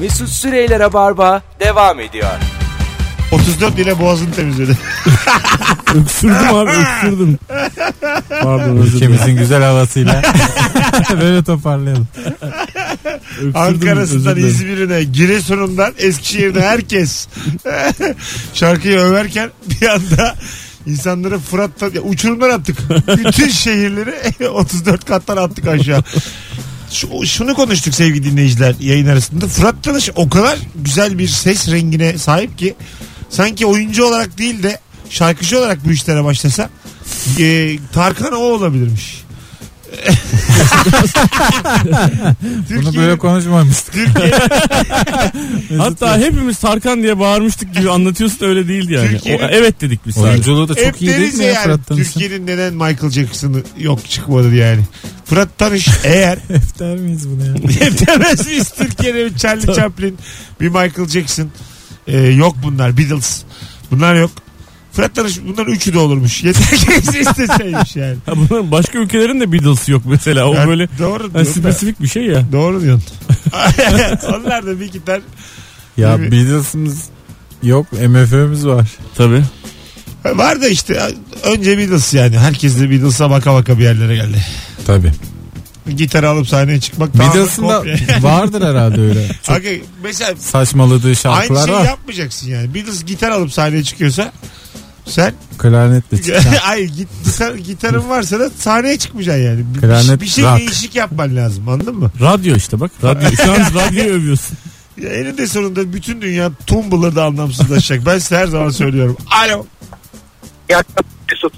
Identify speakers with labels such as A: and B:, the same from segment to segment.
A: Mesut Süreyler'e barba devam ediyor.
B: 34 bile boğazını temizledi.
C: Öksürdüm abi öksürdüm. Pardon özür dilerim.
D: Ülkemizin güzel havasıyla. Böyle toparlayalım.
C: Öksürdüm, özür
B: Ankara'sından
C: dilerim.
B: İzmir'ine, Giresun'dan Eskişehir'de herkes şarkıyı överken bir anda insanları Fırat'tan ya uçurumdan attık. Bütün şehirleri 34 kattan attık aşağı. Şu- şunu konuştuk sevgili dinleyiciler yayın arasında. Fırat Tanış o kadar güzel bir ses rengine sahip ki sanki oyuncu olarak değil de şarkıcı olarak bu işlere başlasa e, Tarkan o olabilirmiş.
D: Bunu
B: Türkiye'nin-
D: böyle konuşmamıştık.
B: Türkiye,
C: Hatta hepimiz Tarkan diye bağırmıştık gibi anlatıyorsun öyle değildi yani.
B: Türkiye'nin-
C: O- evet dedik biz sadece.
D: Oyunculuğu da
B: Hep
D: çok iyi değil
B: deriz
D: mi
B: ya
D: ya
B: yani
D: Fırat Tanış'ın?
B: Türkiye'nin neden Michael Jackson'ı yok çıkmadı yani. Fırat Tanış eğer
D: Defter miyiz bunu ya?
B: hep demez miyiz Türkiye'de bir Charlie Chaplin bir Michael Jackson Ee, yok bunlar Beatles bunlar yok. Fırat Tanış bunların üçü de olurmuş. Yeter ki bizi isteseymiş yani.
C: Ha, bunların başka ülkelerin de Beatles'ı yok mesela. O
B: Yani
C: böyle
B: doğru
C: hani
B: diyorsun. da-
C: spesifik bir şey ya.
B: Doğru diyorsun. Onlar da bir gitar.
D: Ya
B: Tabii.
D: Beatles'ımız yok MFÖ'müz var.
C: Tabii.
B: Var da işte önce Beatles yani. Herkes de Beatles'a baka baka bir yerlere geldi.
D: Tabii.
B: Gitar alıp sahneye çıkmak
D: Beatles'ın da
B: komple.
D: vardır herhalde öyle. Çok
B: Hakikaten mesela
D: saçmaladığı
B: Aynı şey
D: şarkılar
B: şeyi
D: var.
B: yapmayacaksın yani. Beatles gitar alıp sahneye çıkıyorsa sen
D: Klarnetle çıkan.
B: ay git, gitar, gitarın varsa da sahneye çıkmayacaksın yani. Bir-
D: Klarnet
B: bir şey
D: rock.
B: değişik yapman lazım anladın mı?
C: Radyo işte bak. Radyo. Şu an radyoyu övüyorsun.
B: Ya eninde sonunda bütün dünya Tumblr'da anlamsızlaşacak. ben size her zaman söylüyorum. Alo.
E: Ya Mesut.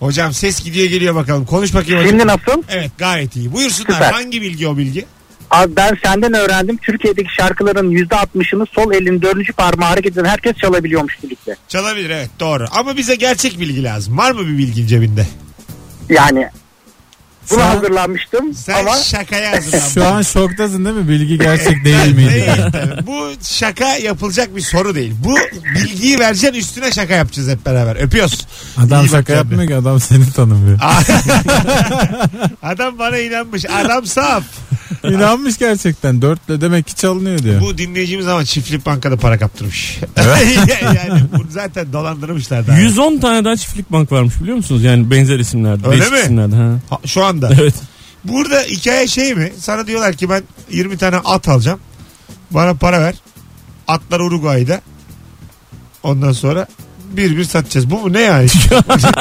B: Hocam ses gidiyor geliyor bakalım. Konuş bakayım hocam.
E: Şimdi nasıl?
B: Evet gayet iyi. Buyursunlar.
E: Süper.
B: Hangi bilgi o bilgi?
E: Abi ben senden öğrendim. Türkiye'deki şarkıların %60'ını sol elin dördüncü parmağı hareket eden herkes çalabiliyormuş birlikte.
B: Çalabilir evet doğru. Ama bize gerçek bilgi lazım. Var mı bir bilgin cebinde?
E: Yani buna
D: Sen-
E: hazırlanmıştım
B: Sen
E: ama
B: şakaya hazırlan.
D: Şu an şoktasın değil mi? Bilgi gerçek değil
B: Değil
D: miydi?
B: tabii. Bu şaka yapılacak bir soru değil. Bu bilgiyi vereceksin üstüne şaka yapacağız hep beraber. Öpüyoruz.
D: Adam
B: İyi bak
D: şaka
B: kendine.
D: yapmıyor ki adam seni tanımıyor.
B: Adam bana inanmış. Adam saf.
D: İnanmış gerçekten. Dörtle demek ki çalınıyor diyor.
B: Bu dinleyicimiz ama çiftlik bankada para kaptırmış. yani bunu zaten dolandırmışlar daha.
C: 110 tane daha çiftlik bank varmış biliyor musunuz? Yani benzer isimlerde.
B: Öyle
C: beş
B: mi?
C: isimlerde. Ha.
B: Ha, Şu anda.
C: Evet.
B: Burada hikaye şey mi? Sana diyorlar ki ben 20 tane at alacağım. Bana para ver. Atlar Uruguay'da. Ondan sonra bir bir satacağız. Bu mu ne yani?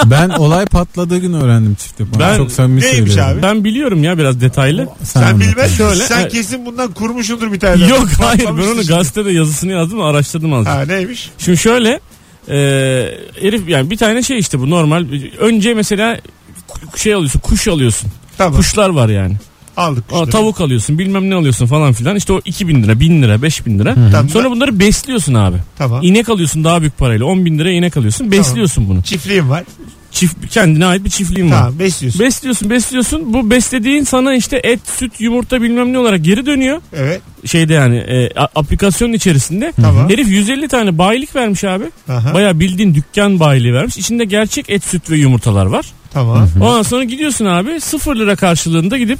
D: Ben olay patladığı gün öğrendim çiftlik. Bana
C: Ben-
D: çok samimi
B: Neymiş
D: söylüyorum.
B: abi?
C: Ben biliyorum ya biraz detaylı.
D: Sen,
B: Sen
D: anlat.
B: bilmez
C: Şöyle.
B: Sen
C: Ha.
B: kesin bundan kurmuşundur bir tane.
C: Yok hayır ben onu
B: Patlamışsın.
C: gazetede yazısını yazdım araştırdım azıcık.
B: Ha neymiş?
C: Şimdi şöyle e, herif yani bir tane şey işte bu normal. Önce mesela ku- şey alıyorsun kuş alıyorsun.
B: Tamam.
C: Kuşlar var yani.
B: Aldık
C: Aa,
B: kuşları.
C: tavuk alıyorsun bilmem ne alıyorsun falan filan. İşte o 2000 lira 1000 lira 5000 lira.
B: Tamam.
C: Sonra bunları besliyorsun abi.
B: Tamam.
C: İnek alıyorsun daha büyük parayla 10 bin lira inek alıyorsun besliyorsun bunu.
B: Çiftliğim var.
C: Çift, kendine ait bir çiftliğin var.
B: Tamam besliyorsun.
C: Besliyorsun besliyorsun bu beslediğin sana işte et süt yumurta bilmem ne olarak geri dönüyor.
B: evet.
C: şeyde yani e, a- aplikasyonun içerisinde
B: Tamam.
C: herif 150 tane bayilik vermiş abi.
B: Aha.
C: Baya bildiğin dükkan bayiliği vermiş. İçinde gerçek et, süt ve yumurtalar var.
B: Tamam.
C: Ondan sonra gidiyorsun abi 0 lira karşılığında gidip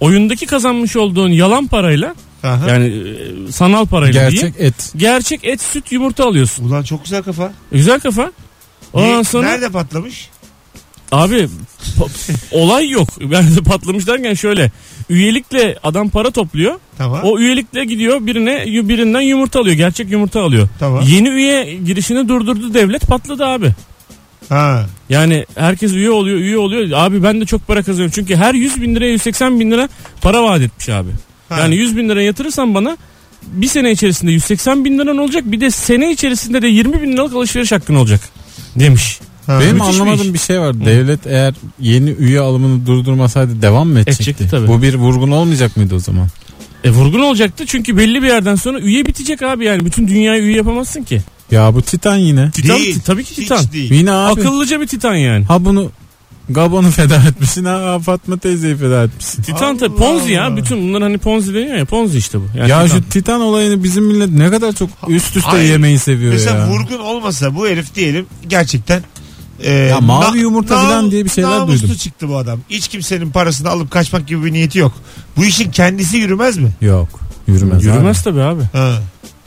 C: oyundaki kazanmış olduğun yalan parayla
B: Aha.
C: yani e, sanal parayla değil.
D: Gerçek et.
C: Gerçek et, süt, yumurta alıyorsun.
B: Ulan çok güzel kafa.
C: E, Güzel kafa. Ondan
B: Niye-
C: sonra
B: Nerede patlamış?
C: abi pa- olay yok. Yani patlamış derken şöyle üyelikle adam para topluyor.
B: Tamam.
C: O üyelikle gidiyor birine yu- birinden yumurta alıyor. Gerçek yumurta alıyor.
B: Tamam.
C: Yeni üye girişini durdurdu devlet patladı abi.
B: Ha.
C: Yani herkes üye oluyor üye oluyor. Abi ben de çok para kazanıyorum. Çünkü her 100 bin liraya 180 bin lira para vaat etmiş abi.
B: Ha.
C: Yani 100 bin lira yatırırsan bana bir sene içerisinde 180 bin liran olacak. Bir de sene içerisinde de 20 bin liralık alışveriş hakkın olacak demiş.
B: ha.
D: Benim
C: Müthiş bir
D: anlamadığım
C: iş.
D: bir şey var. Devlet eğer yeni üye alımını durdurmasaydı devam mı edecekti?
C: Edecekti E, tabii.
D: Bu bir vurgun olmayacak mıydı o zaman?
C: E vurgun olacaktı çünkü belli bir yerden sonra üye bitecek abi yani. Bütün dünyayı üye yapamazsın ki.
D: Ya bu Titan yine.
C: Titan,
B: Değil.
C: tabii ki titan.
B: Hiç değil.
D: Yine abi.
C: Akıllıca bir titan yani.
D: Ha bunu Gabon'u feda etmişsin ha Fatma teyzeyi feda etmişsin.
C: Titan
B: Allah
C: tabii Ponzi
B: Allah.
C: ya. Bütün bunlar hani Ponzi deniyor ya. Ponzi işte bu. Yani
D: ya
C: Titan.
D: şu Titan olayını bizim millet ne kadar çok üst üste
B: Hayır.
D: yemeyi seviyor
B: Mesela
D: ya.
B: vurgun olmasa bu herif diyelim gerçekten e,
D: Ya mavi
B: na-
D: yumurta
B: na-
D: falan diye bir şeyler
B: namuslu
D: duydum.
B: çıktı bu adam. Hiç kimsenin parasını alıp kaçmak gibi bir niyeti yok. Bu işin kendisi yürümez mi?
D: Yok. Yürümez.
C: Yürümez tabii abi.
B: Ha.
D: abi.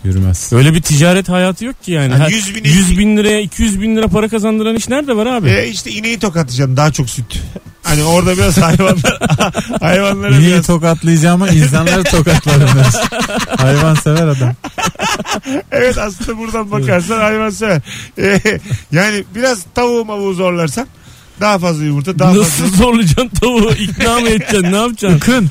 D: Yürümez.
C: Öyle bir ticaret hayatı yok ki yani.
B: Yani
C: Her-
B: 100
C: 100
B: bin-
C: bin, liraya 200 bin lira para kazandıran iş nerede var abi?
B: E işte ineği tokatlayacaksın daha çok süt. Hani orada biraz hayvanlar hayvanlara
D: İneği
B: biraz.
D: tokatlayacağıma insanları tokatlarım biraz. Hayvan sever adam.
B: Evet aslında buradan bakarsan hayvan sever. E, yani biraz tavuğu mavuğu zorlarsan daha fazla yumurta daha
C: Nasıl
B: fazla.
C: zorlayacaksın tavuğu? İkna mı edeceksin? Ne yapacaksın?
D: Kın.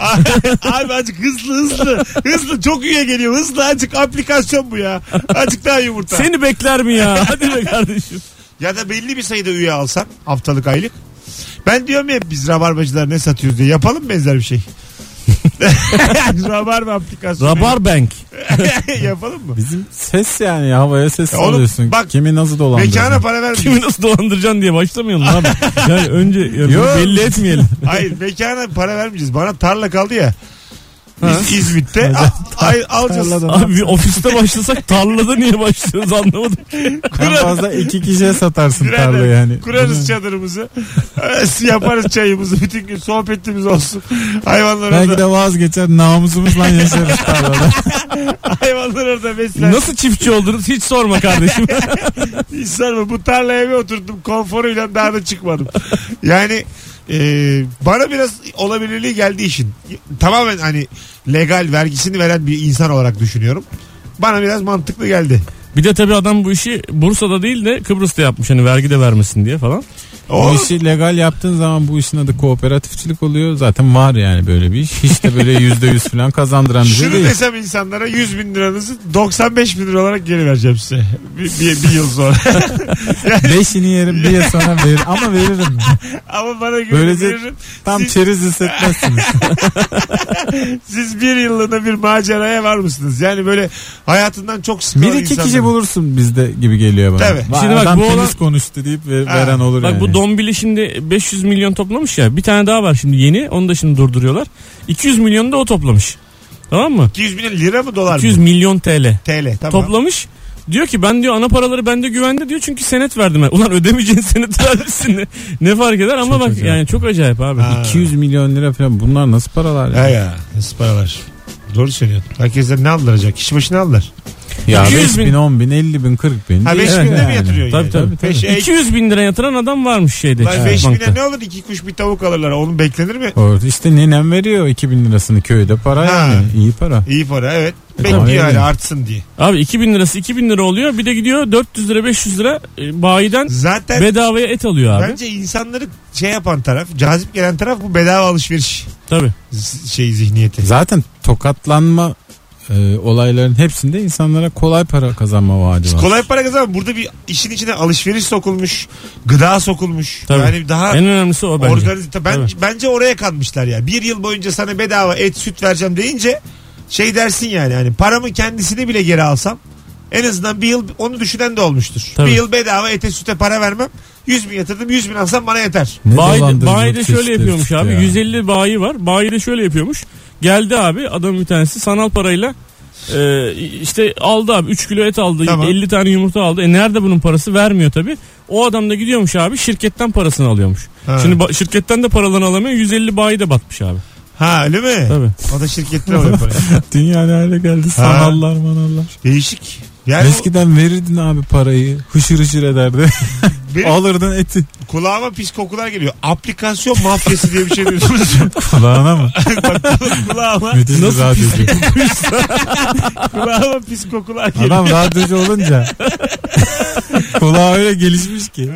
B: Abi acık hızlı hızlı hızlı çok üye geliyor hızlı acık aplikasyon bu ya acık daha yumurta.
C: Seni bekler mi ya? Hadi be kardeşim.
B: Ya da belli bir sayıda üye alsan haftalık aylık. Ben diyorum ya biz rabarbacılar ne satıyoruz diye yapalım benzer bir şey. Rabarba aplikasyonu.
C: Rabarbank.
B: yapalım mı?
D: Bizim ses yani ya, havaya ses
B: Ya oğlum,
D: alıyorsun.
B: bak,
D: Kimi nasıl dolandırıyorsun?
B: Mekana para vermiyor.
C: Kimi nasıl dolandıracaksın diye başlamayalım abi. Yani önce ya bunu
D: Yok.
C: belli etmeyelim.
B: Hayır mekana para vermeyeceğiz. Bana tarla kaldı ya. Biz İzmit'te a- ay, alacağız.
D: Tarladan.
C: Abi bir ofiste başlasak tarlada niye başlıyoruz anlamadım.
D: En fazla iki kişiye satarsın tarlayı
B: Birader,
D: yani.
B: Kurarız çadırımızı. Yaparız çayımızı. Bütün gün sohbetimiz olsun. Hayvanlar
D: Belki
B: orada,
D: de vazgeçer namusumuzla yaşarız tarlada.
B: hayvanlar orada besler.
C: Nasıl çiftçi oldunuz hiç sorma kardeşim.
B: Hiç sorma bu tarlaya bir oturdum konforuyla daha da çıkmadım. Yani e, bana biraz olabilirliği geldi işin. Tamamen hani legal vergisini veren bir insan olarak düşünüyorum. Bana biraz mantıklı geldi.
C: Bir de tabii adam bu işi Bursa'da değil de Kıbrıs'ta yapmış hani vergi de vermesin diye falan.
D: Bu
B: Oğlum,
D: işi şey legal yaptığın zaman bu işin adı kooperatifçilik oluyor. Zaten var yani böyle bir iş. Hiç de böyle yüzde yüz falan kazandıran bir şey
B: şunu
D: değil.
B: desem insanlara 100 bin liranızı 95 bin lira olarak geri vereceğim size. Bir, bir, bir yıl sonra.
D: Beşini yerim bir yıl sonra verir. Ama veririm.
B: Ama bana güvenin
D: Böylece
B: veririm.
D: Tam
B: Siz-
D: çeriz hissetmezsiniz.
B: Siz bir yıllığına bir maceraya var mısınız? Yani böyle hayatından çok sıkılan
D: bir iki kişi
B: insanların-
D: bulursun bizde gibi geliyor bana.
B: Tabii.
D: Vay,
C: Şimdi bak
D: adam
C: bu
D: temiz
C: olan-
D: konuştu deyip ver-
B: Ha.
D: veren olur
C: Bak
D: yani.
C: bu Dombili şimdi 500 milyon toplamış ya. Bir tane daha var şimdi yeni. Onu da şimdi durduruyorlar. 200 milyonu da o toplamış. Tamam mı?
B: 200 bin lira mı dolar
C: 200
B: mı?
C: milyon TL
B: TL tamam.
C: toplamış. Diyor ki ben diyor ana paraları bende güvende diyor çünkü senet verdim. ben. Ulan ödemeyeceğin senet vermişsin. ne- ne fark eder ama
D: Çok
C: bak
D: acayip.
C: yani çok acayip abi.
B: Ha.
D: 200 milyon lira falan bunlar nasıl paralar ya?
B: Ya ya nasıl paralar? Doğru söylüyorsun. Herkesten ne aldıracak? Kişi başına aldılar.
D: Ya
C: 200
D: 5
C: bin.
D: bin, 10 bin, 50 bin, 40 bin.
B: Ha 5
D: Evet
B: binde mi
D: yani.
B: yatırıyor
C: Tabii,
B: yani?
C: tabii,
B: Beş- ey,
C: 200 bin lira yatıran adam varmış şeyde.
B: Lan 5
C: bankta.
B: bine ne olur? İki kuş bir tavuk alırlar. Onun beklenir mi?
D: Orada işte nenem veriyor 2000 lirasını köyde para
B: Ha.
D: yani. İyi para.
B: İyi para evet.
D: E,
B: Bekliyor
D: tamam,
B: yani
D: öyle.
B: artsın diye.
C: Abi 2000 lirası 2000 lira oluyor. Bir de gidiyor 400 lira 500 lira e, bayiden
B: Zaten
C: bedavaya et alıyor abi.
B: bence insanları şey yapan taraf, cazip gelen taraf bu bedava alışveriş
C: Tabii.
B: z- şey zihniyeti.
D: Zaten tokatlanma e, olayların hepsinde insanlara kolay para kazanma vaadi var.
B: Kolay para kazan. Burada bir işin içine alışveriş sokulmuş, gıda sokulmuş.
C: Tabii.
B: Yani daha
C: En önemlisi o bence.
B: organize ben,
C: Tabii.
B: bence oraya kanmışlar ya. Bir yıl boyunca sana bedava et süt vereceğim deyince şey dersin yani hani paramın kendisini bile geri alsam en azından bir yıl onu düşünen de olmuştur.
C: Tabii.
B: Bir yıl bedava ete süte para vermem. 100 bin yatırdım 100 bin alsam bana yeter.
D: Ne
C: Bayi,
D: dolandırıcılık
C: bayi de şöyle
D: çeşitleri
C: yapıyormuş
D: çıktı
C: abi.
D: ya.
C: 150 bayi var. Bayi de şöyle yapıyormuş. Geldi abi adam bir tanesi sanal parayla e, işte aldı abi 3 kilo et aldı
B: Tamam.
C: 50 tane yumurta aldı. E nerede bunun parası? Vermiyor tabi. O adam da gidiyormuş abi şirketten parasını alıyormuş.
B: Ha.
C: Şimdi ba- şirketten de paralarını alamıyor. 150 bayi de batmış abi.
B: Ha öyle mi?
C: Tabii.
B: O da şirketten alıyor parayı.
D: Dünya ne hale geldi sanallar manallar.
B: Değişik. Yani
D: Eskiden verirdin abi parayı hışır hışır ederdi.
B: o- benim
D: Alırdın eti.
B: kulağıma pis kokular geliyor. Aplikasyon mafyası diye bir şey diyorsunuz.
D: Kulağına mı?
B: Bak, kulağıma,
D: Müthiş bir radyocu.
B: kulağıma pis kokular geliyor.
D: Adam radyocu olunca kulağı öyle gelişmiş ki.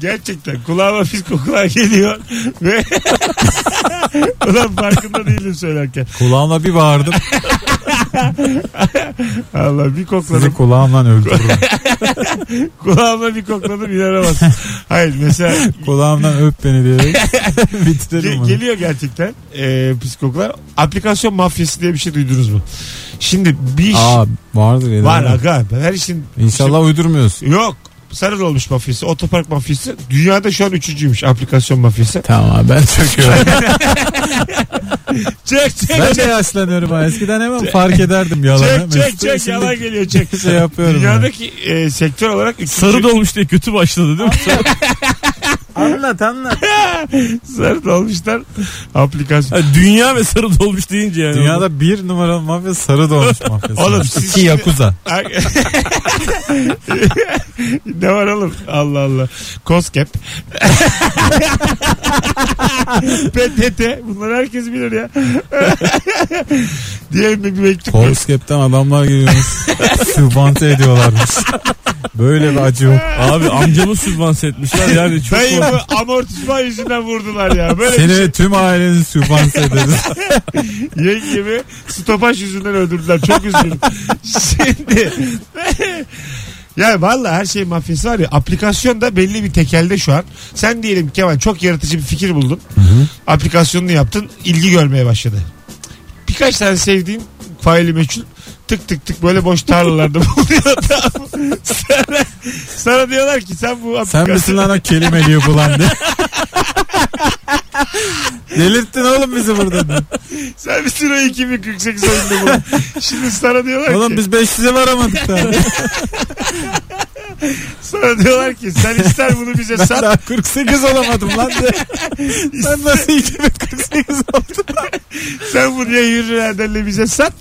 B: Gerçekten kulağıma pis kokular geliyor ve ulan farkında değilim söylerken.
D: Kulağımla bir bağırdım.
B: Allah bir kokladım.
D: Sizi kulağımla öldürürüm.
B: Kulağıma bir kokladım inanamazsın. Hayır mesela
D: kulağımdan öp beni diyerek
B: ge-
D: bitirelim onu.
B: geliyor gerçekten e, pis kokular. Aplikasyon mafyası diye bir şey duydunuz mu? Şimdi bir iş
D: Aa vardır ya.
B: var aga her işin
D: İnşallah uydurmuyorsun.
B: yok. Sarı olmuş mafyası, otopark mafyası. Dünyada şu an üçüncüymüş aplikasyon mafyası.
D: Tamam abi, ben çöküyorum.
B: Çek çek
D: ben de
B: çek.
D: yaşlanıyorum ha. Eskiden hemen fark ederdim yalanı.
B: Çek çek
D: Mesut
B: çek
D: şimdi
B: yalan geliyor çek.
D: Şey yapıyorum. ya.
B: Dünyadaki e, sektör olarak üçüncü.
C: Sarı dolmuş diye kötü başladı değil mi?
D: anlat anlat.
B: Sarı dolmuşlar aplikasyon.
C: Ha, dünya ve sarı dolmuş deyince yani.
D: Dünyada bir numaralı mafya sarı dolmuş mafyası.
B: Oğlum siz
D: İki
B: şimdi-
D: yakuza.
B: ne var oğlum? Allah Allah. Koskep. PTT. Bunları herkes bilir ya. Diyelim bir mektup.
D: Horskep'ten adamlar geliyormuş. Sübvante ediyorlarmış. Böyle bir acı yok.
C: Abi amcamı sübvanse etmişler yani çok
B: Dayımı
C: korkunç.
B: amortisman yüzünden vurdular ya. Böyle
D: Seni
B: bir şey.
D: ve tüm aileni sübvanse ederiz.
B: Yengemi stopaj yüzünden öldürdüler. Çok üzgünüm. Şimdi Ya valla her şey mafyası var ya aplikasyon da belli bir tekelde şu an. Sen diyelim Kemal çok yaratıcı bir fikir buldun. Aplikasyonunu yaptın ilgi görmeye başladı. Birkaç tane sevdiğin faili meçhul tık tık tık böyle boş tarlalarda buluyor tamam mı? sana, sana diyorlar ki sen bu
D: Sen misin
B: aplikasyonu
D: lan o kelimeliği bulan diye. Delirttin oğlum bizi burada.
B: sen misin o 2048 oyunda bulan. Şimdi sana diyorlar ki
D: Oğlum biz 500'e varamadık daha.
B: sana diyorlar ki sen ister bunu bize
D: Ben
B: sat
D: daha 48 olamadım lan diye. Sen nasıl 2048 oldun?
B: Sen bunu ya yürüyenlerle bize sat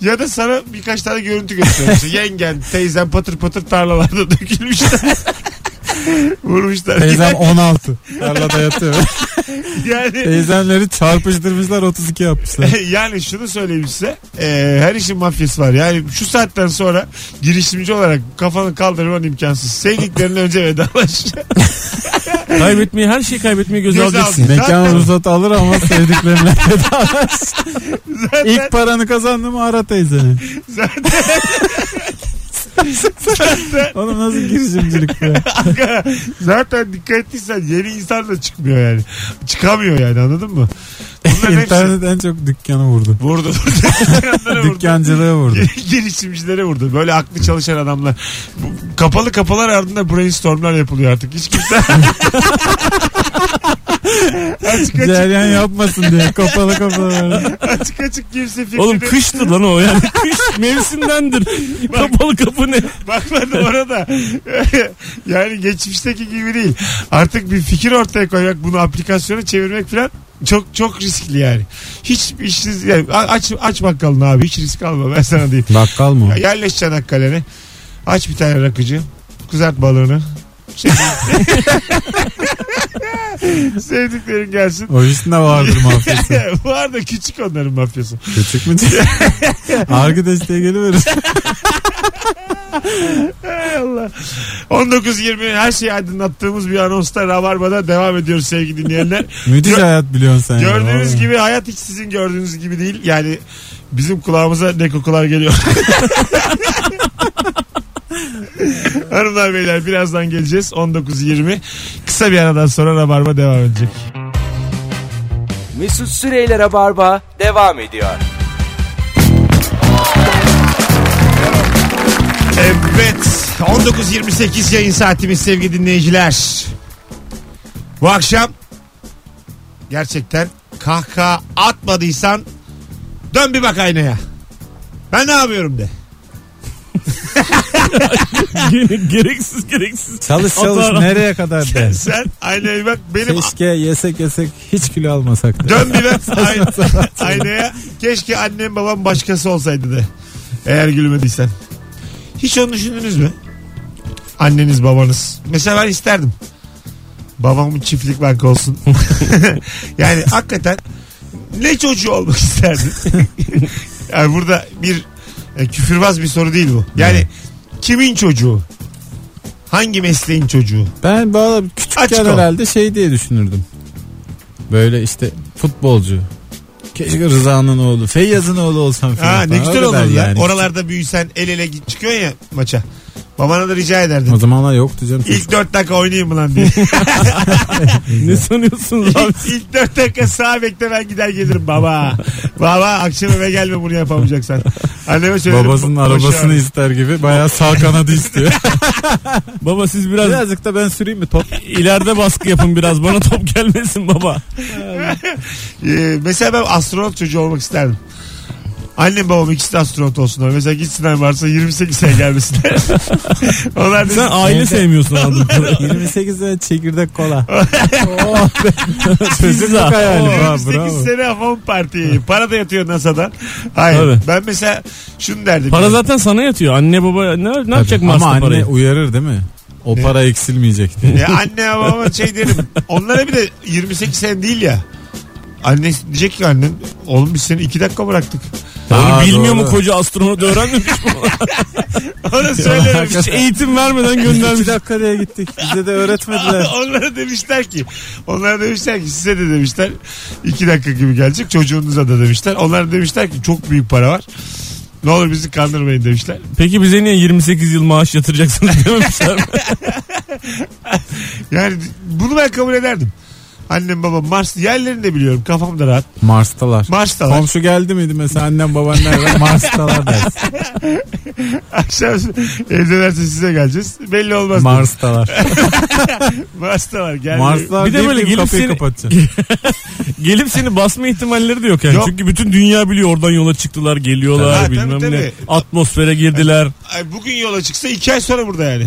B: ya da sana birkaç tane görüntü gösteriyorsun. Yengen, teyzen patır patır tarlalarda dökülmüşler. Vurmuşlar.
D: Teyzem 16. Tarlada yatıyor.
B: yani,
D: Teyzemleri çarpıştırmışlar 32 yapmışlar.
B: yani şunu söyleyeyim size. Ee, her işin mafyası var. Yani şu saatten sonra girişimci olarak kafanı kaldırman imkansız. Sevdiklerine önce vedalaş.
C: Kaybetmeyi her şeyi kaybetmeyi göze
B: Göze
C: alacaksın.
B: aldın.
D: Mekan
B: Zaten-
D: ruhsatı alır ama sevdiklerine vedalaş.
B: Zaten-
D: İlk paranı kazandı mı ara teyzeni.
B: zaten
D: Oğlum nasıl girişimcilik bu ya?
B: Zaten dikkat ettiysen yeni insan da çıkmıyor yani. Çıkamıyor yani anladın mı? Bunların hepsi
D: İnternet en çok dükkanı vurdu.
B: vurdu vurdu. vurdu.
D: Dükkancılığı vurdu.
B: girişimcilere vurdu. Böyle aklı çalışan adamlar. Bu- Kapalı kapılar ardında brainstormlar yapılıyor artık. Hiç kimse... açık açık,
D: Ceryan yapmasın diye kapalı kapalı. verdi.
B: açık açık kimse fikrini...
C: Oğlum kıştı lan o yani. Kış mevsimdendir. Kapalı kapı ne?
B: Bakmadı orada. yani geçmişteki gibi değil. Artık bir fikir ortaya koymak, bunu aplikasyona çevirmek falan çok çok riskli yani. Hiç işsiz yani a- aç aç bakkalını abi hiç risk alma ben sana diyeyim.
D: Bakkal mı? o?
B: Ya Yerleşeceksin Hakkale'ne. Aç bir tane rakıcı. Kızart balığını. Şey- Sevdik- Sevdiklerin gelsin.
D: O işin de vardır mafyası.
B: Bu arada küçük onların mafyası.
D: Küçük mü? Argı desteğe geliveririz.
B: Hay Allah. 19.20 her şeyi aydınlattığımız bir anonsla Rabarba'da devam ediyoruz sevgili dinleyenler.
D: Müthiş
B: Gö-
D: hayat biliyorsun sen. ya,
B: Gördüğünüz
D: vallahi.
B: gibi hayat hiç sizin gördüğünüz gibi değil. Yani bizim kulağımıza ne kokular geliyor. Hanımlar beyler birazdan geleceğiz. 19.20 kısa bir aradan sonra Rabarba devam edecek.
A: Mesut Süreyler'e barba devam ediyor.
B: Evet 19.28 yayın saatimiz sevgili dinleyiciler. Bu akşam gerçekten kahkaha atmadıysan dön bir bak aynaya. Ben ne yapıyorum de.
C: Gene gereksiz gereksiz.
D: Çalış çalış
C: Atar-
D: nereye kadar de.
B: Sen aynaya bak benim
D: Keşke yesek yesek hiç kilo almasak de.
B: Dön bir ben ayn- aynaya. Keşke annem babam başkası olsaydı de. Eğer gülmediysen. Hiç onu düşündünüz mü? Anneniz babanız. Mesela ben isterdim. Babamın çiftlik banka olsun. yani hakikaten ne çocuğu olmak isterdin? yani burada bir e, küfürbaz bir soru değil bu. Yani kimin çocuğu? Hangi mesleğin çocuğu?
D: Ben valla küçükken
B: Açık ol.
D: herhalde şey diye düşünürdüm. Böyle işte futbolcu. Keşke Rıza'nın oğlu, Feyyaz'ın oğlu olsam falan.
B: Ha, ne
D: falan. O
B: güzel
D: kadar
B: olur lan.
D: yani.
B: Oralarda büyüsen el ele git çıkıyorsun ya maça. Babana da rica ederdin.
D: O zamanlar yoktu canım.
B: İlk 4 dakika oynayayım mı lan diye.
C: Ne sanıyorsunuz abi?
B: ilk, ilk 4 dakika sağ bekle ben gider gelirim baba. baba akşam eve gelme bunu yapamayacaksan. Anneme söylerim.
D: Babasının
B: bo-
D: arabasını
B: boşa-
D: ister gibi bayağı sağ kanadı istiyor.
C: Baba siz biraz
D: Birazcık da ben süreyim mi top?
C: ileride baskı yapın biraz. Bana top gelmesin baba.
B: Ee, mesela ben astronot çocuğu olmak isterdim. Annem babam ikisi de astronot olsunlar. Mesela gitsinler Mars'a 28 sene gelmesinler. Onlar
C: Sen
B: desin,
C: aile sevmiyorsun anladın.
D: 28 lira çekirdek kola. oh, be. Sözüm
C: Pizza.
D: yok hayalim.
C: Oh.
D: Ha,
B: 28
D: bravo.
B: sene home party. Para da yatıyor NASA'dan. Hayır.
C: Tabii.
B: Ben mesela şunu derdim.
C: Para
B: yani.
C: zaten sana yatıyor. Anne baba ne, ne
D: Tabii.
C: yapacak
D: Ama
C: Mars'ta
D: anne
C: parayı?
D: uyarır değil mi? O
B: Ne?
D: para eksilmeyecek diye.
B: Ya anne babama şey derim. Onlara bir de 28 sene değil ya. Anne diyecek ki annen oğlum biz seni 2 dakika bıraktık.
C: Oğlum
D: Aa,
C: bilmiyor mu
D: doğru.
C: koca astronot öğrenmemiş mi?
B: Ona söylememiş.
C: Hiç eğitim vermeden
D: İki
C: göndermiş.
D: dakika diye gittik. Bize de öğretmediler.
B: onlara demişler ki onlara demişler ki size de demişler 2 dakika gibi gelecek çocuğunuza da demişler. Onlara demişler ki çok büyük para var. Ne olur bizi kandırmayın demişler.
C: Peki bize niye 28 yıl maaş yatıracaksınız dememişler mi?
B: Yani bunu ben kabul ederdim. Annem babam Mars yerlerini de biliyorum kafamda rahat.
D: Mars'talar.
B: Mars'talar.
D: Komşu geldi miydi mesela annem baban nerede? Mars'talar dersin.
B: Akşam evdelerse size geleceğiz. Belli olmaz.
D: Mars'talar.
B: Mars'ta var. Geldi.
D: Mars'talar
C: Bir de
D: deyip
C: böyle
D: deyip
C: gelip
D: kapıyı
C: seni-
D: kapatacaksın.
C: Gelip seni basma ihtimalleri de yok yani.
B: Yok.
C: Çünkü bütün dünya biliyor oradan yola çıktılar geliyorlar
B: Tabii,
C: bilmem
B: tabii,
C: ne.
B: tabii.
C: Atmosfere girdiler.
B: Ay, bugün yola çıksa iki ay sonra burada yani.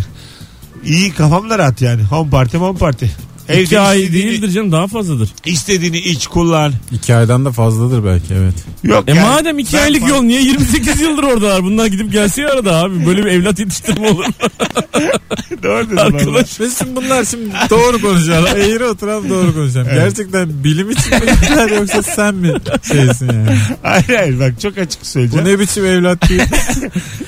B: İyi kafam da rahat yani. Home party home party. Evde
D: şey
C: İki ay
B: istediğini-
C: değildir canım daha fazladır.
B: İstediğini iç kullan.
D: İki aydan da fazladır belki evet.
B: Yok
C: E
B: yani.
C: madem iki
B: Ben
C: aylık
B: falan-
C: yol niye 28 yıldır oradalar? Bunlar gidip gelse ya arada abi. Böyle bir evlat yetiştirme olur mu
B: Doğru dedim valla.
C: arkadaş?
D: Ve şimdi bunlar şimdi doğru konuşuyorlar. Eğri oturan doğru konuşacağım.
B: Evet.
D: Gerçekten bilim için mi gittiler yoksa sen mi şeysin yani?
B: Hayır hayır bak çok açık
D: Bu
B: söyleyeceğim.
D: ne biçim evlat diye.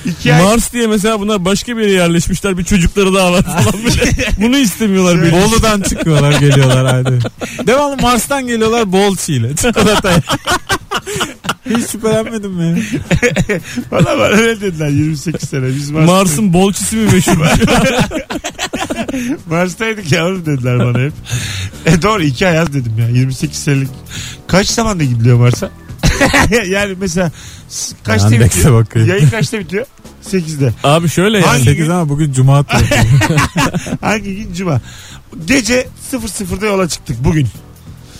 B: İki ay
C: Mars diye mesela bunlar başka bir yere yerleşmişler. Bir çocukları daha var falan böyle. Bunu istemiyorlar. bir.
D: Bolu'dan çıkıyorlar geliyorlar hadi. Devamlı Mars'tan geliyorlar Bolçi ile. Çikolatayla. Hiç şüphelenmedim mi?
B: bana bana öyle dediler 28 sene. Biz Mars'ta,
C: Mars'ın bolçisi mi meşhur?
B: Mars'taydık yavrum dediler bana hep. E doğru iki ay az dedim ya 28 senelik. Kaç zamanda gidiliyor Mars'a? yani mesela s- kaçta
D: Yandex'e
B: bitiyor?
D: bakıyor.
B: Yayın kaçta bitiyor? 8'de.
C: abi şöyle yani.
B: Hangi-
D: 8 ama bugün Cuma tarafı.
B: Hangi gün cuma? Gece 00'da yola çıktık bugün.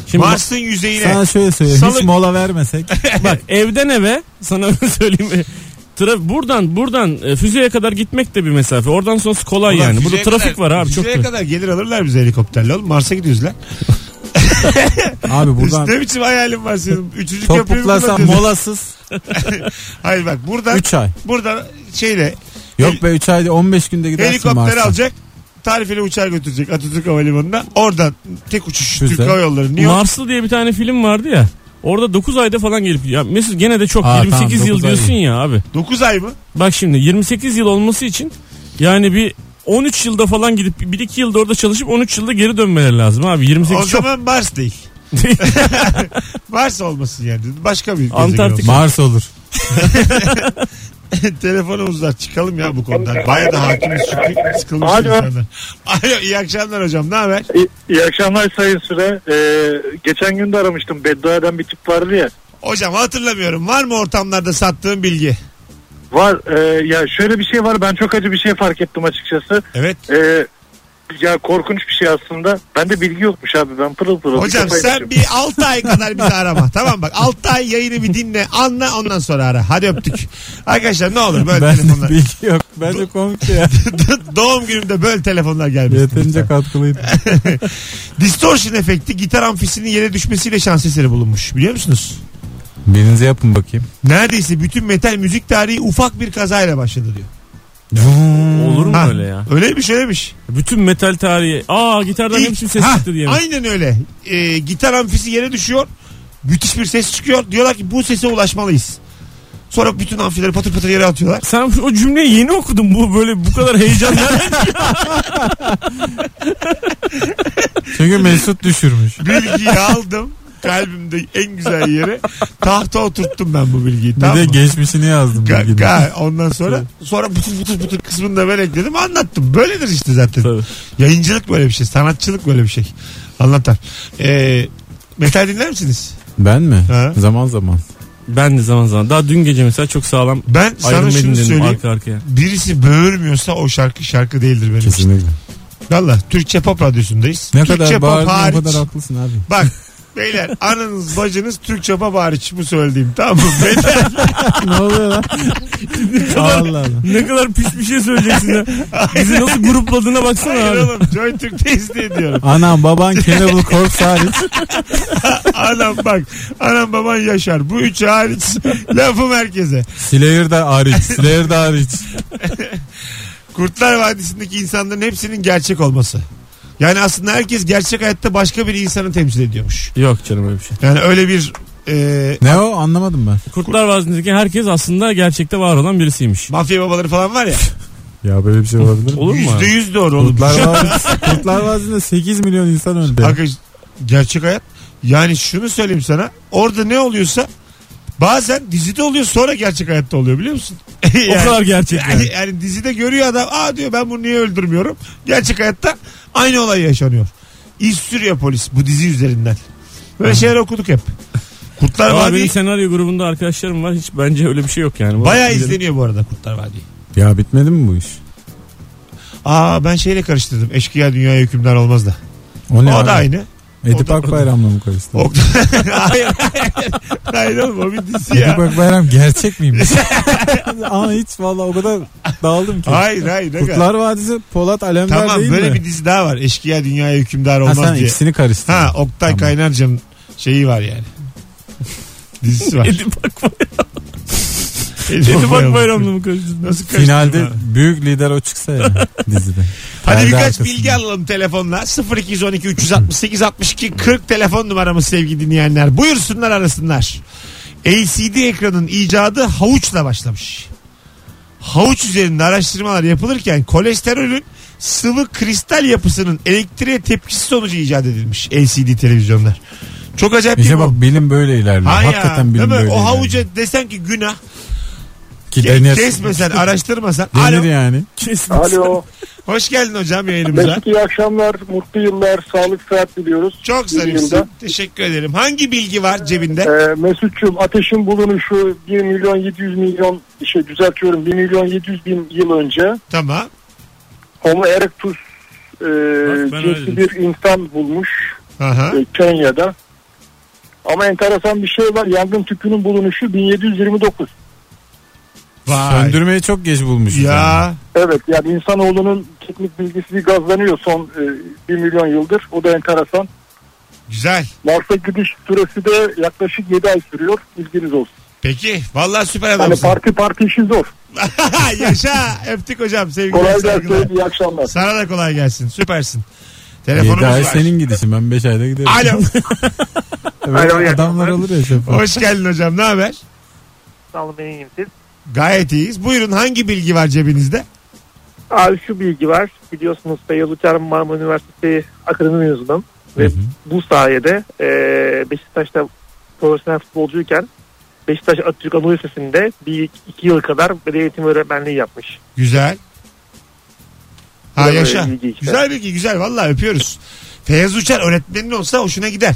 C: Şimdi
B: Mars'ın yüzeyine.
D: Sana şöyle söyleyeyim.
B: Salı-
D: Hiç mola vermesek.
C: Bak evden eve sana öyle söyleyeyim. e, Traf buradan buradan e, füzeye kadar gitmek de bir mesafe. Oradan sonrası kolay
B: Ulan
C: yani. Burada
B: füzeye
C: trafik
B: kadar-
C: var abi çok.
B: Füzeye
C: da-
B: kadar gelir alırlar bizi helikopterle oğlum. Mars'a gidiyoruz lan.
D: Abi buradan
B: Ne biçim hayalim var senin? Üçüncü köprüyü mü
D: topuklarsan
B: kullanıyorsun?
D: molasız
B: Hayır bak buradan,
D: 3 ay.
B: buradan şeyle
D: Yok be 3 ayda 15 günde gidersin
B: helikopter
D: Mars'a.
B: alacak. Tarifeli uçağa götürecek Atatürk Havalimanı'na. Oradan tek uçuş
D: Füze.
B: Türk Hava Yolları. New York.
C: Marslı diye bir tane film vardı ya. Orada 9 ayda falan gelip ya Mesut gene de çok
D: Aa,
C: 28
D: tamam,
C: yıl
D: dokuz ay
C: diyorsun
D: iyi.
C: ya abi.
B: 9 ay mı?
C: Bak şimdi 28 yıl olması için yani bir 13 yılda falan gidip 1-2 yılda orada çalışıp 13 yılda geri dönmeleri lazım abi. 28
B: O
C: çok.
B: zaman Mars değil. Mars olmasın yani. Başka bir gezegen
C: Antarktik.
B: olsun.
D: Mars olur.
B: Telefonumuzdan çıkalım ya bu konudan. Bayağı da hakimiz çünkü sıkılmış
F: Alo.
B: insanlar. Alo iyi akşamlar hocam ne haber?
F: İyi, iyi akşamlar Sayın Süre. Ee, geçen gün de aramıştım. Beddua eden bir tip vardı ya.
B: Hocam hatırlamıyorum var mı ortamlarda sattığın bilgi?
F: Var. e, ya şöyle bir şey var. Ben çok acı bir şey fark ettim açıkçası.
B: Evet.
F: Ee, ya korkunç bir şey aslında. Bende bilgi yokmuş abi. Ben pırıl pırıl. bir
B: Hocam
F: kafaymışım.
B: sen bir 6 ay kadar bizi arama. Tamam bak 6 ay yayını bir dinle anla ondan sonra ara. Hadi öptük. Arkadaşlar ne olur böyle
D: Ben
B: telefonlar.
D: bilgi yok. Bence komik ya.
B: Doğum günümde böyle telefonlar gelmesin.
D: Yeterince katkılıydı.
B: Distortion efekti gitar amfisinin yere düşmesiyle şans eseri bulunmuş. Biliyor musunuz?
D: Birinize yapın bakayım.
B: Neredeyse bütün metal müzik tarihi ufak bir kazayla başladı diyor.
C: Olur mu
B: Ha,
C: öyle ya?
B: Öyleymiş öyleymiş.
C: Bütün metal tarihi. Aa gitardan ne
B: İlk-
C: biçim ses
B: Ha,
C: çıktı diye.
B: Aynen öyle. Ee, gitar amfisi yere düşüyor. Müthiş bir ses çıkıyor. Diyorlar ki bu sese ulaşmalıyız. Sonra bütün amfileri patır patır yere atıyorlar.
C: Sen o cümleyi yeni okudun bu böyle bu kadar heyecan nereden
D: Çünkü Mesut düşürmüş.
B: Bilgiyi aldım. Kalbimde en güzel yere tahta oturttum ben bu bilgiyi.
D: Bir
B: tamam
D: de
B: mı?
D: geçmişini yazdım
B: Ga-
D: bilginin.
B: ga- ondan sonra sonra bütün bütün bütün kısmını da ben ekledim anlattım. Böyledir işte zaten.
C: Tabii.
B: Yayıncılık böyle bir şey. Sanatçılık böyle bir şey. Anlatan. Ee, metal dinler misiniz?
D: Ben mi?
B: Ha.
D: Zaman zaman.
C: Ben de zaman zaman. Daha dün gece mesela çok sağlam
B: Ben
C: Iron
B: sana
C: Maiden
B: şunu
C: dinledim
B: söyleyeyim.
C: arka arkaya.
B: Birisi böğürmüyorsa o şarkı şarkı değildir benim için.
D: Kesinlikle.
B: Valla Türkçe Pop Radyosu'ndayız.
D: Ne
B: Türkçe
D: kadar
B: Pop
D: bağırdın o
B: hariç.
D: kadar haklısın abi.
B: Bak Beyler ananız bacınız Türkçe baba hariç bu söylediğim tamam mı? Beyler,
D: ne oluyor lan? Allah Allah.
C: Ne kadar pis bir şey söyleyeceksin ya. Bizi nasıl grupladığına baksana
B: hayır
C: abi.
B: oğlum Joy Türk'teyiz diye diyorum.
D: Anam baban Cannibal Corpse hariç.
B: Anam bak anam baban yaşar. Bu üç hariç lafım herkese.
D: Slayer da hariç. Slayer da hariç.
B: Kurtlar Vadisi'ndeki insanların hepsinin gerçek olması. Yani aslında herkes gerçek hayatta başka bir insanı temsil ediyormuş.
C: Yok canım öyle bir şey.
B: Yani öyle bir e,
D: Ne o anlamadım ben.
C: Kurtlar Vadisi'ndeki herkes aslında gerçekte var olan birisiymiş.
B: mafya babaları falan var ya.
D: Ya böyle bir şey olabilir mi?
C: Olur mu?
B: Yüzde
C: abi?
B: yüz doğru oğlum.
D: Kurtlar Vadisi, Kurtlar Vadisi'nde 8 milyon insan öldü.
B: Arkadaş, gerçek hayat. Yani şunu söyleyeyim sana. Orada ne oluyorsa bazen dizide oluyor sonra gerçek hayatta oluyor biliyor musun?
C: O kadar gerçek yani.
B: Yani, yani dizide görüyor adam aa diyor ben bunu niye öldürmüyorum. Gerçek hayatta aynı olay yaşanıyor. İş sürüyor polis bu dizi üzerinden. Böyle şeyler okuduk hep. Kurtlar
C: Ama
B: Vadisi
C: benim senaryo grubunda arkadaşlarım var. Hiç bence öyle bir şey yok yani. Bu-
B: bayağı izleniyor bu arada Kurtlar Vadisi.
D: Ya bitmedi mi bu iş?
B: Aa ben şeyle karıştırdım. Eşkıya dünyaya hükümdar olmaz da.
D: O ne
B: o
D: abi?
B: da aynı. O
D: Edip
B: da-
D: Akbayram'la mı karıştırdın?
B: O... hayır. hayır oğlum o bir dizi ya.
D: Edip Akbayram gerçek miymiş? Ama hiç valla o kadar dağıldım ki.
B: Hayır hayır. aga.
D: Kurtlar Vadisi Polat Alemdar
B: Tamam
D: değil
B: böyle
D: mi?
B: bir dizi daha var. Eşkıya dünyaya hükümdar
D: ha
B: olmaz
D: sen
B: diye.
D: ikisini karıştırdın.
B: Ha Oktay
D: Tamam.
B: Kaynarca'nın şeyi var yani. Dizisi var.
C: Edip Akbayram.
B: Edip
C: Edip
B: Bayram.
C: Akbayram'la mı karıştırdın?
B: Nasıl karıştırdın
D: Finalde
B: ha?
D: büyük lider o çıksa ya dizide.
B: Hadi
D: Perde
B: birkaç
D: arkasında.
B: bilgi alalım telefonla. 0212 368 62 40 telefon numaramız sevgili dinleyenler. Buyursunlar arasınlar. LCD ekranın icadı havuçla başlamış. Havuç üzerinde araştırmalar yapılırken kolesterolün sıvı kristal yapısının elektriğe tepkisi sonucu icat edilmiş LCD televizyonlar. Çok acayip değil
D: İşte
B: mi?
D: bak bilim böyle ilerliyor.
B: Ha ya,
D: Hakikaten
B: değil
D: bilim
B: mi?
D: böyle
B: O
D: ilerliyor.
B: havuca desen ki günah.
D: Ki denir.
B: Kesmesen, araştırmasan.
D: Denir
B: Alo,
D: yani.
C: Kesin.
F: Alo.
B: hoş geldin hocam yayınımıza.
F: Mesut iyi akşamlar. Mutlu yıllar. Sağlık sıhhat diliyoruz.
B: Çok
F: Yeni
B: zarifsin.
F: yılda.
B: Teşekkür ederim. Hangi bilgi var cebinde?
F: Ee, Mesut'cum ateşin bulunuşu 1 milyon 700 milyon şey düzeltiyorum 1 milyon 700 bin yıl önce
B: Tamam.
F: Homo erectus e,
C: ben öyle
F: cinsi bir insan bulmuş
B: Aha.
F: e, Kenya'da. Ama enteresan bir şey var. Yangın tüpünün bulunuşu 1729.
B: Vay.
D: Söndürmeyi çok geç bulmuşuz. yani.
B: Ya.
F: Evet yani insanoğlunun teknik bilgisi gazlanıyor son e, 1 milyon yıldır. O da enteresan.
B: Güzel.
F: Mars'a gidiş süresi de yaklaşık 7 ay sürüyor. İlginiz olsun.
B: Peki. Vallahi süper
F: Yani
B: adamsın.
F: parti parti işi zor.
B: Yaşa. Öptük hocam. Sevgiler
F: Kolay gelsin.
B: saygılar.
F: iyi akşamlar.
B: Sana da kolay gelsin. Süpersin.
D: Yedi ay
B: Telefonumuz var.
D: senin gidişin ben 5 ayda giderim.
B: Alo.
D: Böyle
E: Alo, iyi
D: adamlar olur ya şeffaf.
B: Hoş geldin hocam. Ne haber?
E: Sağ olun ben iyiyim siz.
B: Gayet iyiyiz. Buyurun hangi bilgi var cebinizde?
E: Abi şu bilgi var. Biliyorsunuz Feyyaz Uçar'ın Marmara Üniversitesi akademi mezunum. Ve
D: Hı hı.
E: bu sayede e, Beşiktaş'ta profesyonel futbolcuyken Beşiktaş Atatürk Anadolu Lisesi'nde bir iki yıl kadar beden eğitimi öğretmenliği yapmış.
B: Güzel. Ha
E: Böyle
B: yaşa.
E: bilgi işte.
B: Güzel bilgi güzel. Vallahi öpüyoruz. Feyyaz Uçar öğretmenin olsa hoşuna gider.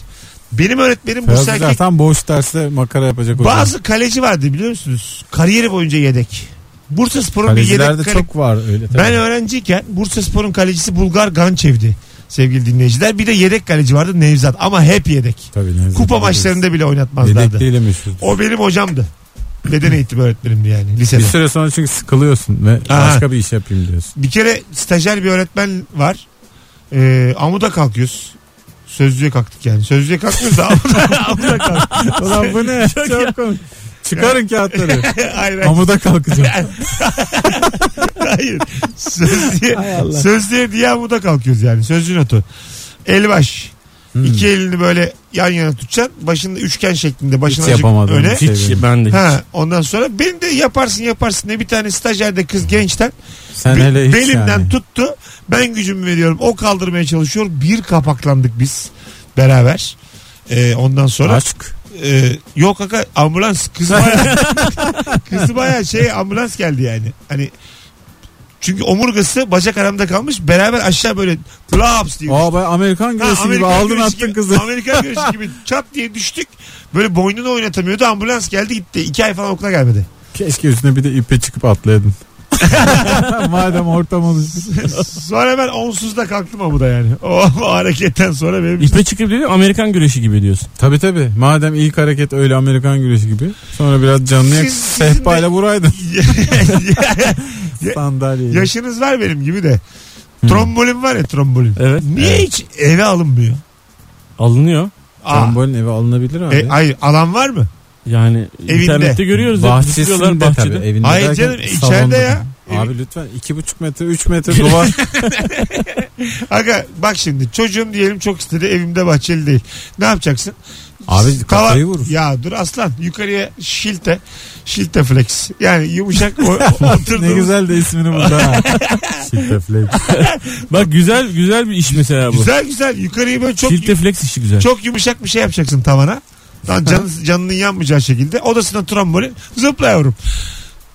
B: Benim öğretmenim bu
D: Feyyaz
B: erkek.
D: zaten boş derste makara yapacak hocam.
B: Bazı kaleci vardı biliyor musunuz? Kariyeri boyunca yedek. Bursa Spor'un bir yedek
D: Kalecilerde
B: kale...
D: çok var öyle. tabii.
B: Ben öğrenciyken Bursa Spor'un kalecisi Bulgar Gançev'di sevgili dinleyiciler. Bir de yedek kaleci vardı Nevzat ama hep yedek.
D: Tabii, Nevzat
B: Kupa
D: Yıldız.
B: maçlarında bile oynatmazlardı.
D: Yedekliyle meşhurdur.
B: O benim hocamdı. Beden eğitimi öğretmenimdi yani
D: Bir
B: lisede.
D: süre sonra çünkü sıkılıyorsun ve
B: Aha.
D: başka bir iş yapayım diyorsun.
B: Bir kere stajyer bir öğretmen var. Ee, amuda kalkıyoruz. Sözlüğe kalktık yani. Sözlüğe kalkmıyoruz da amuda, amuda kalktık.
D: Ulan bu ne? çok komik. Çıkarın kağıtları.
B: Hayır, hayır.
D: Amuda kalkacağım.
B: Hayır. Sözlüğe,
D: Hay Allah.
B: sözlüğe diye amuda kalkıyoruz yani. Sözlü notu. Elbaş.
D: Hmm.
B: İki elini böyle yan yana tutacaksın. Başında üçgen şeklinde. Başına
D: Hiç yapamadım.
B: öne.
D: Hiç
C: Hiç ben de hiç.
B: Ha, ondan sonra benim de yaparsın yaparsın ne bir tane stajyerde kız gençten
D: Sen
B: be-
D: hele hiç
B: belimden
D: yani.
B: tuttu. Ben gücümü veriyorum. O kaldırmaya çalışıyor. Bir kapaklandık biz beraber. Ee, ondan sonra
D: Aşk.
B: e, yok kaka ambulans kız baya kız baya şey ambulans geldi yani. Hani çünkü omurgası bacak aramda kalmış. Beraber aşağı böyle laps diye
D: Aa ben Amerikan
B: Ha,
D: güreşi gibi
B: Amerikan
D: aldın
B: güreşi
D: attın
B: gibi-
D: kızı.
B: Amerikan güreşi gibi çat diye düştük. Böyle boynunu oynatamıyordu. Ambulans geldi gitti. İki ay falan okula gelmedi.
D: Keşke üstüne bir de ipe çıkıp atlayaydın. Madem ortam oluştu.
B: Sonra ben onsuz da kalktım ama da yani. O, o hareketten sonra benim
C: İpe çıkıp dedi Amerikan güreşi gibi diyorsun.
D: Tabi tabi. Madem ilk hareket öyle Amerikan güreşi gibi. Sonra biraz canını yak.
B: Siz- sizin de-
D: Sehpayla vuraydın. Sandalyeyi.
B: yaşınız var benim gibi de.
D: Hmm.
B: Trombolim var ya trombolim.
C: Evet.
B: Niye hiç eve alınmıyor?
C: Alınıyor.
B: Aa,
D: Trambolin eve alınabilir abi.
B: e, ay, alan var mı?
C: Yani
B: Evinde.
C: internette görüyoruz. hep
D: Bahçesinde
C: bitiriyorlar
D: bahçede.
C: bahçede.
D: Tabii, evinde
B: Hayır
D: derken
B: canım, içeride
D: salonda.
B: ya.
D: Abi lütfen iki buçuk metre üç metre duvar.
B: Aga bak şimdi çocuğum diyelim çok istedi evimde bahçeli değil. Ne yapacaksın?
D: Abi kafayı vurur.
B: Ya dur aslan yukarıya şilte. Şilte flex. Yani yumuşak o,
D: ne
B: oturduğumuz-
D: güzel de ismini buldu ha. Şiddetli.
C: Bak güzel güzel bir iş mesela bu.
B: Güzel güzel yukarıyı böyle çok
C: Filtre flex işi güzel.
B: çok yumuşak bir şey yapacaksın tavana. Lan canın, canının yanmayacağı şekilde. Odasına trombolin zıpla yavrum.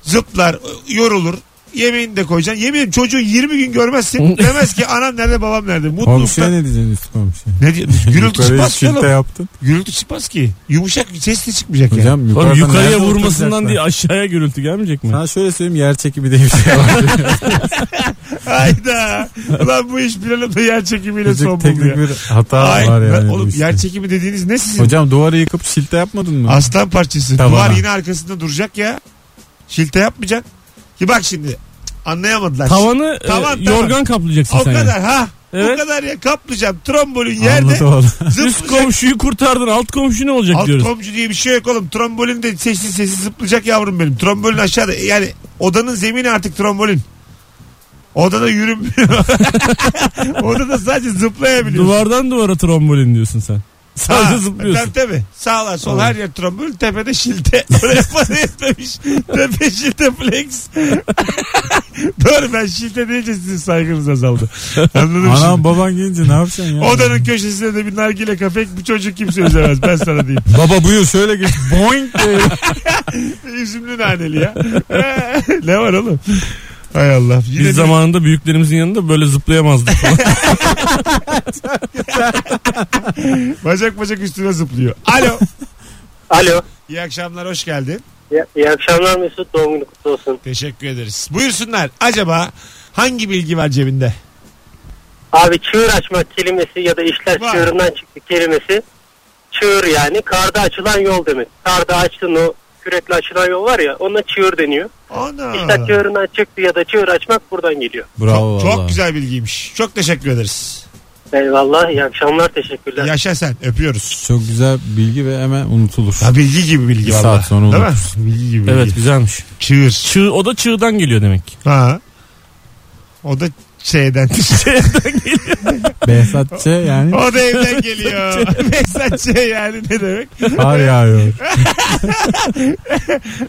B: Zıplar yorulur. Yemeğini de koyacaksın. Yemeğin çocuğu 20 gün görmezsin. Demez ki anam nerede babam nerede.
D: Komşuya
B: Mutluluktan.
D: ne diyeceksin üst komşuya?
B: Ne diyor? Gürültü
D: Yukarıya
B: çıkmaz ki
D: şilte
B: oğlum.
D: yaptın.
B: Gürültü çıkmaz ki. Yumuşak bir ses de çıkmayacak yani.
D: Hocam
C: Oğlum
D: yukarıdan
C: yukarıya
D: nerede
C: vurmasından
D: oturacaklar?
C: değil aşağıya gürültü gelmeyecek mi?
D: Sana şöyle söyleyeyim yer çekimi diye bir şey var.
B: Hayda. Ulan bu iş bir arada yer çekimiyle son
D: Küçük
B: buldu
D: teknik
B: ya.
D: bir hata
B: Ay,
D: var
B: ben-
D: yani. bu
B: oğlum
D: işte.
B: yer çekimi dediğiniz ne sizin?
D: Hocam duvarı yıkıp şilte yapmadın mı?
B: Aslan parçası.
D: Tamam
B: Duvar
D: ha.
B: yine arkasında duracak ya. Şilte yapmayacak. Ki bak şimdi anlayamadılar.
C: Tavanı e,
B: Tavan, tavan.
C: yorgan kaplayacaksın
B: o
C: sen. yani.
B: kadar ha. O
C: Evet.
B: kadar ya kaplayacağım. Trombolin
D: Anladı
B: yerde.
D: oğlum.
C: Üst
B: Zıplayacak.
C: komşuyu kurtardın alt komşu ne olacak
B: Alt
C: diyoruz.
B: komşu diye bir şey yok oğlum. Trombolin de sesli sesi zıplayacak yavrum benim. Trombolin aşağıda. Yani odanın zemini artık trombolin. Odada yürümüyor. Odada sadece zıplayabiliyorsun.
C: Duvardan duvara trombolin diyorsun sen. Sadece
B: Ha,
C: zıplıyorsun.
B: Tabii tabii. Sağlar sol her yer trombül. Tepede şilte. Oraya para etmemiş. Tepe şilte flex. Doğru ben şilte deyince sizin saygınız azaldı. Anladım
D: Anam
B: şimdi.
D: baban gelince ne yapacaksın ya?
B: Odanın köşesinde de bir nargile kafek bu çocuk kimse üzemez ben sana diyeyim.
D: Baba buyur şöyle git. Boing diye.
B: Üzümlü naneli ya. Ee, ne var oğlum? Hay Allah. Yine
C: Biz
B: bir-
C: zamanında büyüklerimizin yanında böyle zıplayamazdık. falan.
B: bacak bacak üstüne zıplıyor. Alo.
G: Alo.
B: İyi akşamlar hoş geldin.
G: İyi, iyi akşamlar Mesut. Doğum günü kutlu olsun.
B: Teşekkür ederiz. Buyursunlar. Acaba hangi bilgi var cebinde?
G: Abi çığır açmak kelimesi ya da işler
B: Vay.
G: çığırından çıktı kelimesi. Çığır yani karda açılan yol demek. Karda açtığın o kürekle açılan yol var ya ona çığır deniyor.
B: Ana.
G: İşler çığırından çıktı ya da çığır açmak buradan geliyor.
D: Bravo
B: çok,
D: valla.
B: çok güzel bilgiymiş. Çok teşekkür ederiz.
G: Eyvallah iyi akşamlar teşekkürler.
B: Yaşa sen. Öpüyoruz.
D: Çok güzel bilgi ve hemen unutulur.
B: Ha, bilgi gibi bilgi
D: Bir
B: valla.
D: saat sonra
B: Değil mi?
D: unutursun.
B: Bilgi gibi
C: evet
B: bilgi.
C: güzelmiş.
B: Çığır.
C: Çığ, o da çığdan geliyor demek.
B: Ha. O da şeyden.
D: Behzat Ç yani
B: o da evden geliyor. Mesaj şey yani ne demek?
D: kar yağıyor.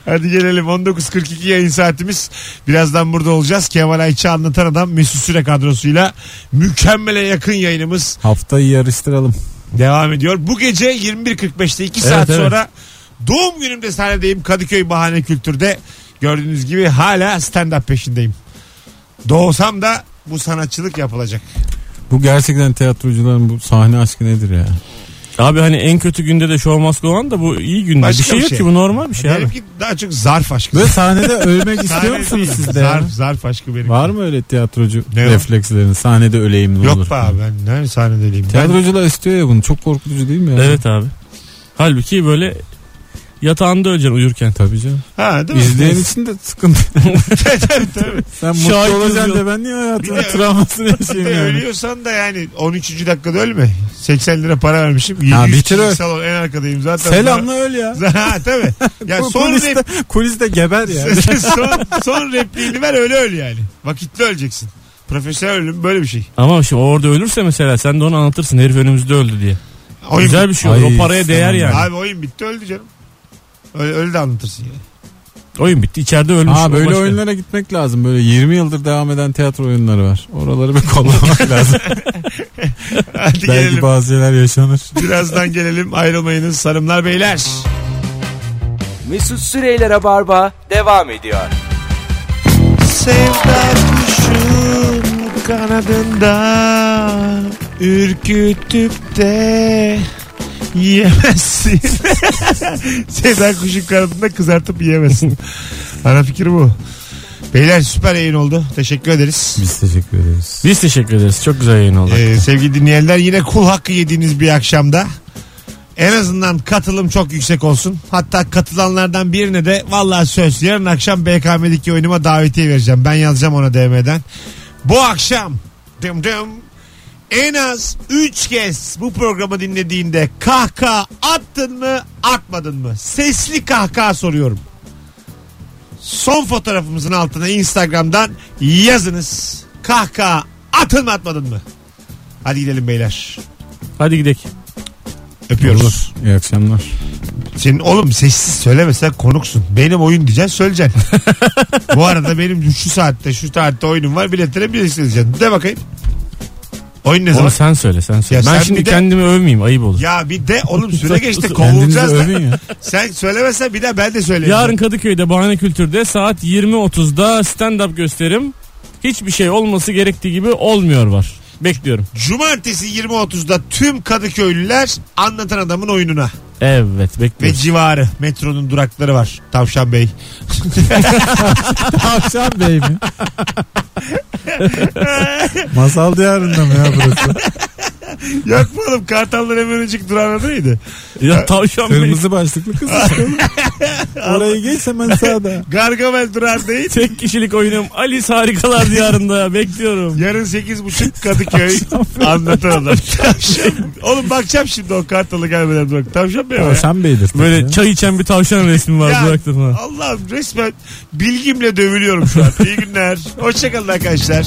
B: Hadi gelelim 19.42 yayın saatimiz. Birazdan burada olacağız. Kemal Ayça anlatan adam Mesut Süre kadrosuyla mükemmele yakın yayınımız
D: Haftayı yarıştıralım.
B: devam ediyor. Bu gece 21.45'te 2
C: Evet,
B: saat
C: evet.
B: sonra doğum günümde sahnedeyim Kadıköy Bahane Kültür'de. Gördüğünüz gibi hala stand-up peşindeyim. Doğsam da bu sanatçılık yapılacak.
D: Bu gerçekten tiyatrocuların bu sahne aşkı nedir ya?
C: Abi hani en kötü günde de show must go on da bu iyi günde.
B: Başka
C: bir şey
B: bir
C: yok
B: şey.
C: ki bu normal bir şey abi.
B: Benimki daha çok zarf aşkı.
D: Böyle sahnede ölmek istiyor
B: Sahne
D: musunuz
B: değil,
D: siz de? ya?
B: Zarf, zarf aşkı benim.
D: Var mı öyle tiyatrocu
B: Ne o?
D: reflekslerin? Sahnede öleyim ne olur?
B: Yok be abi ben nerede sahnedeyim. Ben,
D: Tiyatrocular istiyor ya bunu. Çok korkutucu değil mi ya?
C: Evet abi. Halbuki böyle yatağında öleceksin uyurken.
D: Tabii canım.
B: ha değil mi?
D: İzleyen için de sıkıntı.
B: tabii tabii. tabii.
D: Sen mutlu
C: Şahit
D: olacaksın
C: oluyor.
D: de ben niye hayatımın
B: Bir de-
D: travmasını yaşayayım yani?
B: Ölüyorsan da yani 13. dakikada ölme. 80 lira para vermişim.
D: Ha,
B: 700
D: bitir öl.
B: kişilik salon en arkadayım zaten.
D: Selamla öl ya.
B: Ha tabii. Ya
D: Bu
B: son,
D: kuliste,
B: rep,
D: kuliste geber ya.
B: son, son repliğini ver öyle öl yani. Vakitli öleceksin. Profesyonel ölüm böyle bir şey.
C: Ama şimdi orada ölürse mesela sen de onu anlatırsın herif önümüzde öldü diye.
B: Oyun
C: Güzel bir
B: bitti.
C: şey olur.
D: Ay,
C: o paraya değer
D: sen-
C: yani.
B: Abi oyun bitti öldü canım. Öyle, öyle de anlatırsın yani.
C: Oyun bitti. içeride ölmüş.
D: Ha
C: o
D: böyle
C: başka.
D: oyunlara gitmek lazım. Böyle 20 yıldır devam eden tiyatro oyunları var. Oraları bir kollamak lazım.
B: Hadi
D: Belki
B: gelelim.
D: bazı şeyler yaşanır.
B: Birazdan gelelim ayrılmayınız sarımlar beyler.
A: Mesut Süreyler'e barba devam ediyor.
B: Sevda kuşun kanadında ürkütüp de yiyemezsin. Sevda kuşun kanadında kızartıp yiyemezsin. Ana fikir bu. Beyler süper yayın oldu. Teşekkür ederiz.
D: Biz teşekkür ederiz.
C: Biz teşekkür ederiz. Çok güzel yayın oldu.
B: Ee, sevgili dinleyenler yine kul hakkı yediğiniz bir akşamda. En azından katılım çok yüksek olsun. Hatta katılanlardan birine de vallahi söz yarın akşam BKM'deki oyunuma davetiye vereceğim. Ben yazacağım ona DM'den. Bu akşam dım dım en az 3 kez bu programı dinlediğinde kahkaha attın mı atmadın mı? Sesli kahkaha soruyorum. Son fotoğrafımızın altına Instagram'dan yazınız. Kahkaha atın mı atmadın mı? Hadi gidelim beyler.
C: Hadi gidelim.
B: Öpüyoruz.
D: İyi akşamlar.
B: Senin oğlum sessiz söylemesen konuksun. Benim oyun diyeceksin söyleyeceksin. Bu arada benim şu saatte şu tarihte oyunum var biletlere bilet isteyeceksin. De bakayım. Oyun ne zaman?
C: Onu sen söyle sen söyle.
B: Ya
C: ben
B: sen
C: şimdi
B: bir de-
C: kendimi övmeyeyim ayıp olur.
B: Ya bir de oğlum süre geçti
D: Kendinizi
B: kovulacağız. da.
D: övün ya.
B: Sen söylemezsen bir daha ben de söyleyeyim.
C: Yarın Kadıköy'de Bahane Kültür'de saat 20.30'da stand-up gösterim. Hiçbir şey olması gerektiği gibi olmuyor var. Bekliyorum.
B: Cumartesi 20.30'da tüm Kadıköylüler anlatan adamın oyununa.
C: Evet
B: Ve
C: bekliyorum.
B: civarı metronun durakları var. Tavşan Bey.
D: Tavşan Bey mi? Masal diyarında mı ya burası?
B: Yok mu oğlum Kartallar hemen önceki durağın adı neydi?
C: Ya tavşan bey.
D: Kırmızı başlıklı kız. işte oğlum. Oraya geç hemen sağda.
B: Gargamel durağı değil.
C: Tek kişilik oyunum Alice Harikalar Diyarında bekliyorum.
B: Yarın 8.30 Kadıköy anlatan adam. Tavşan. Oğlum bakacağım şimdi o kartalı gelmeden durak. Tavşan Bey var ya.
D: Tavşan Bey'dir. tabii
C: Böyle
D: ya.
C: çay içen bir tavşan resmi var
B: Ya,
C: bıraktım ha.
B: Allah'ım resmen bilgimle dövülüyorum şu an. İyi günler. Hoşçakalın arkadaşlar.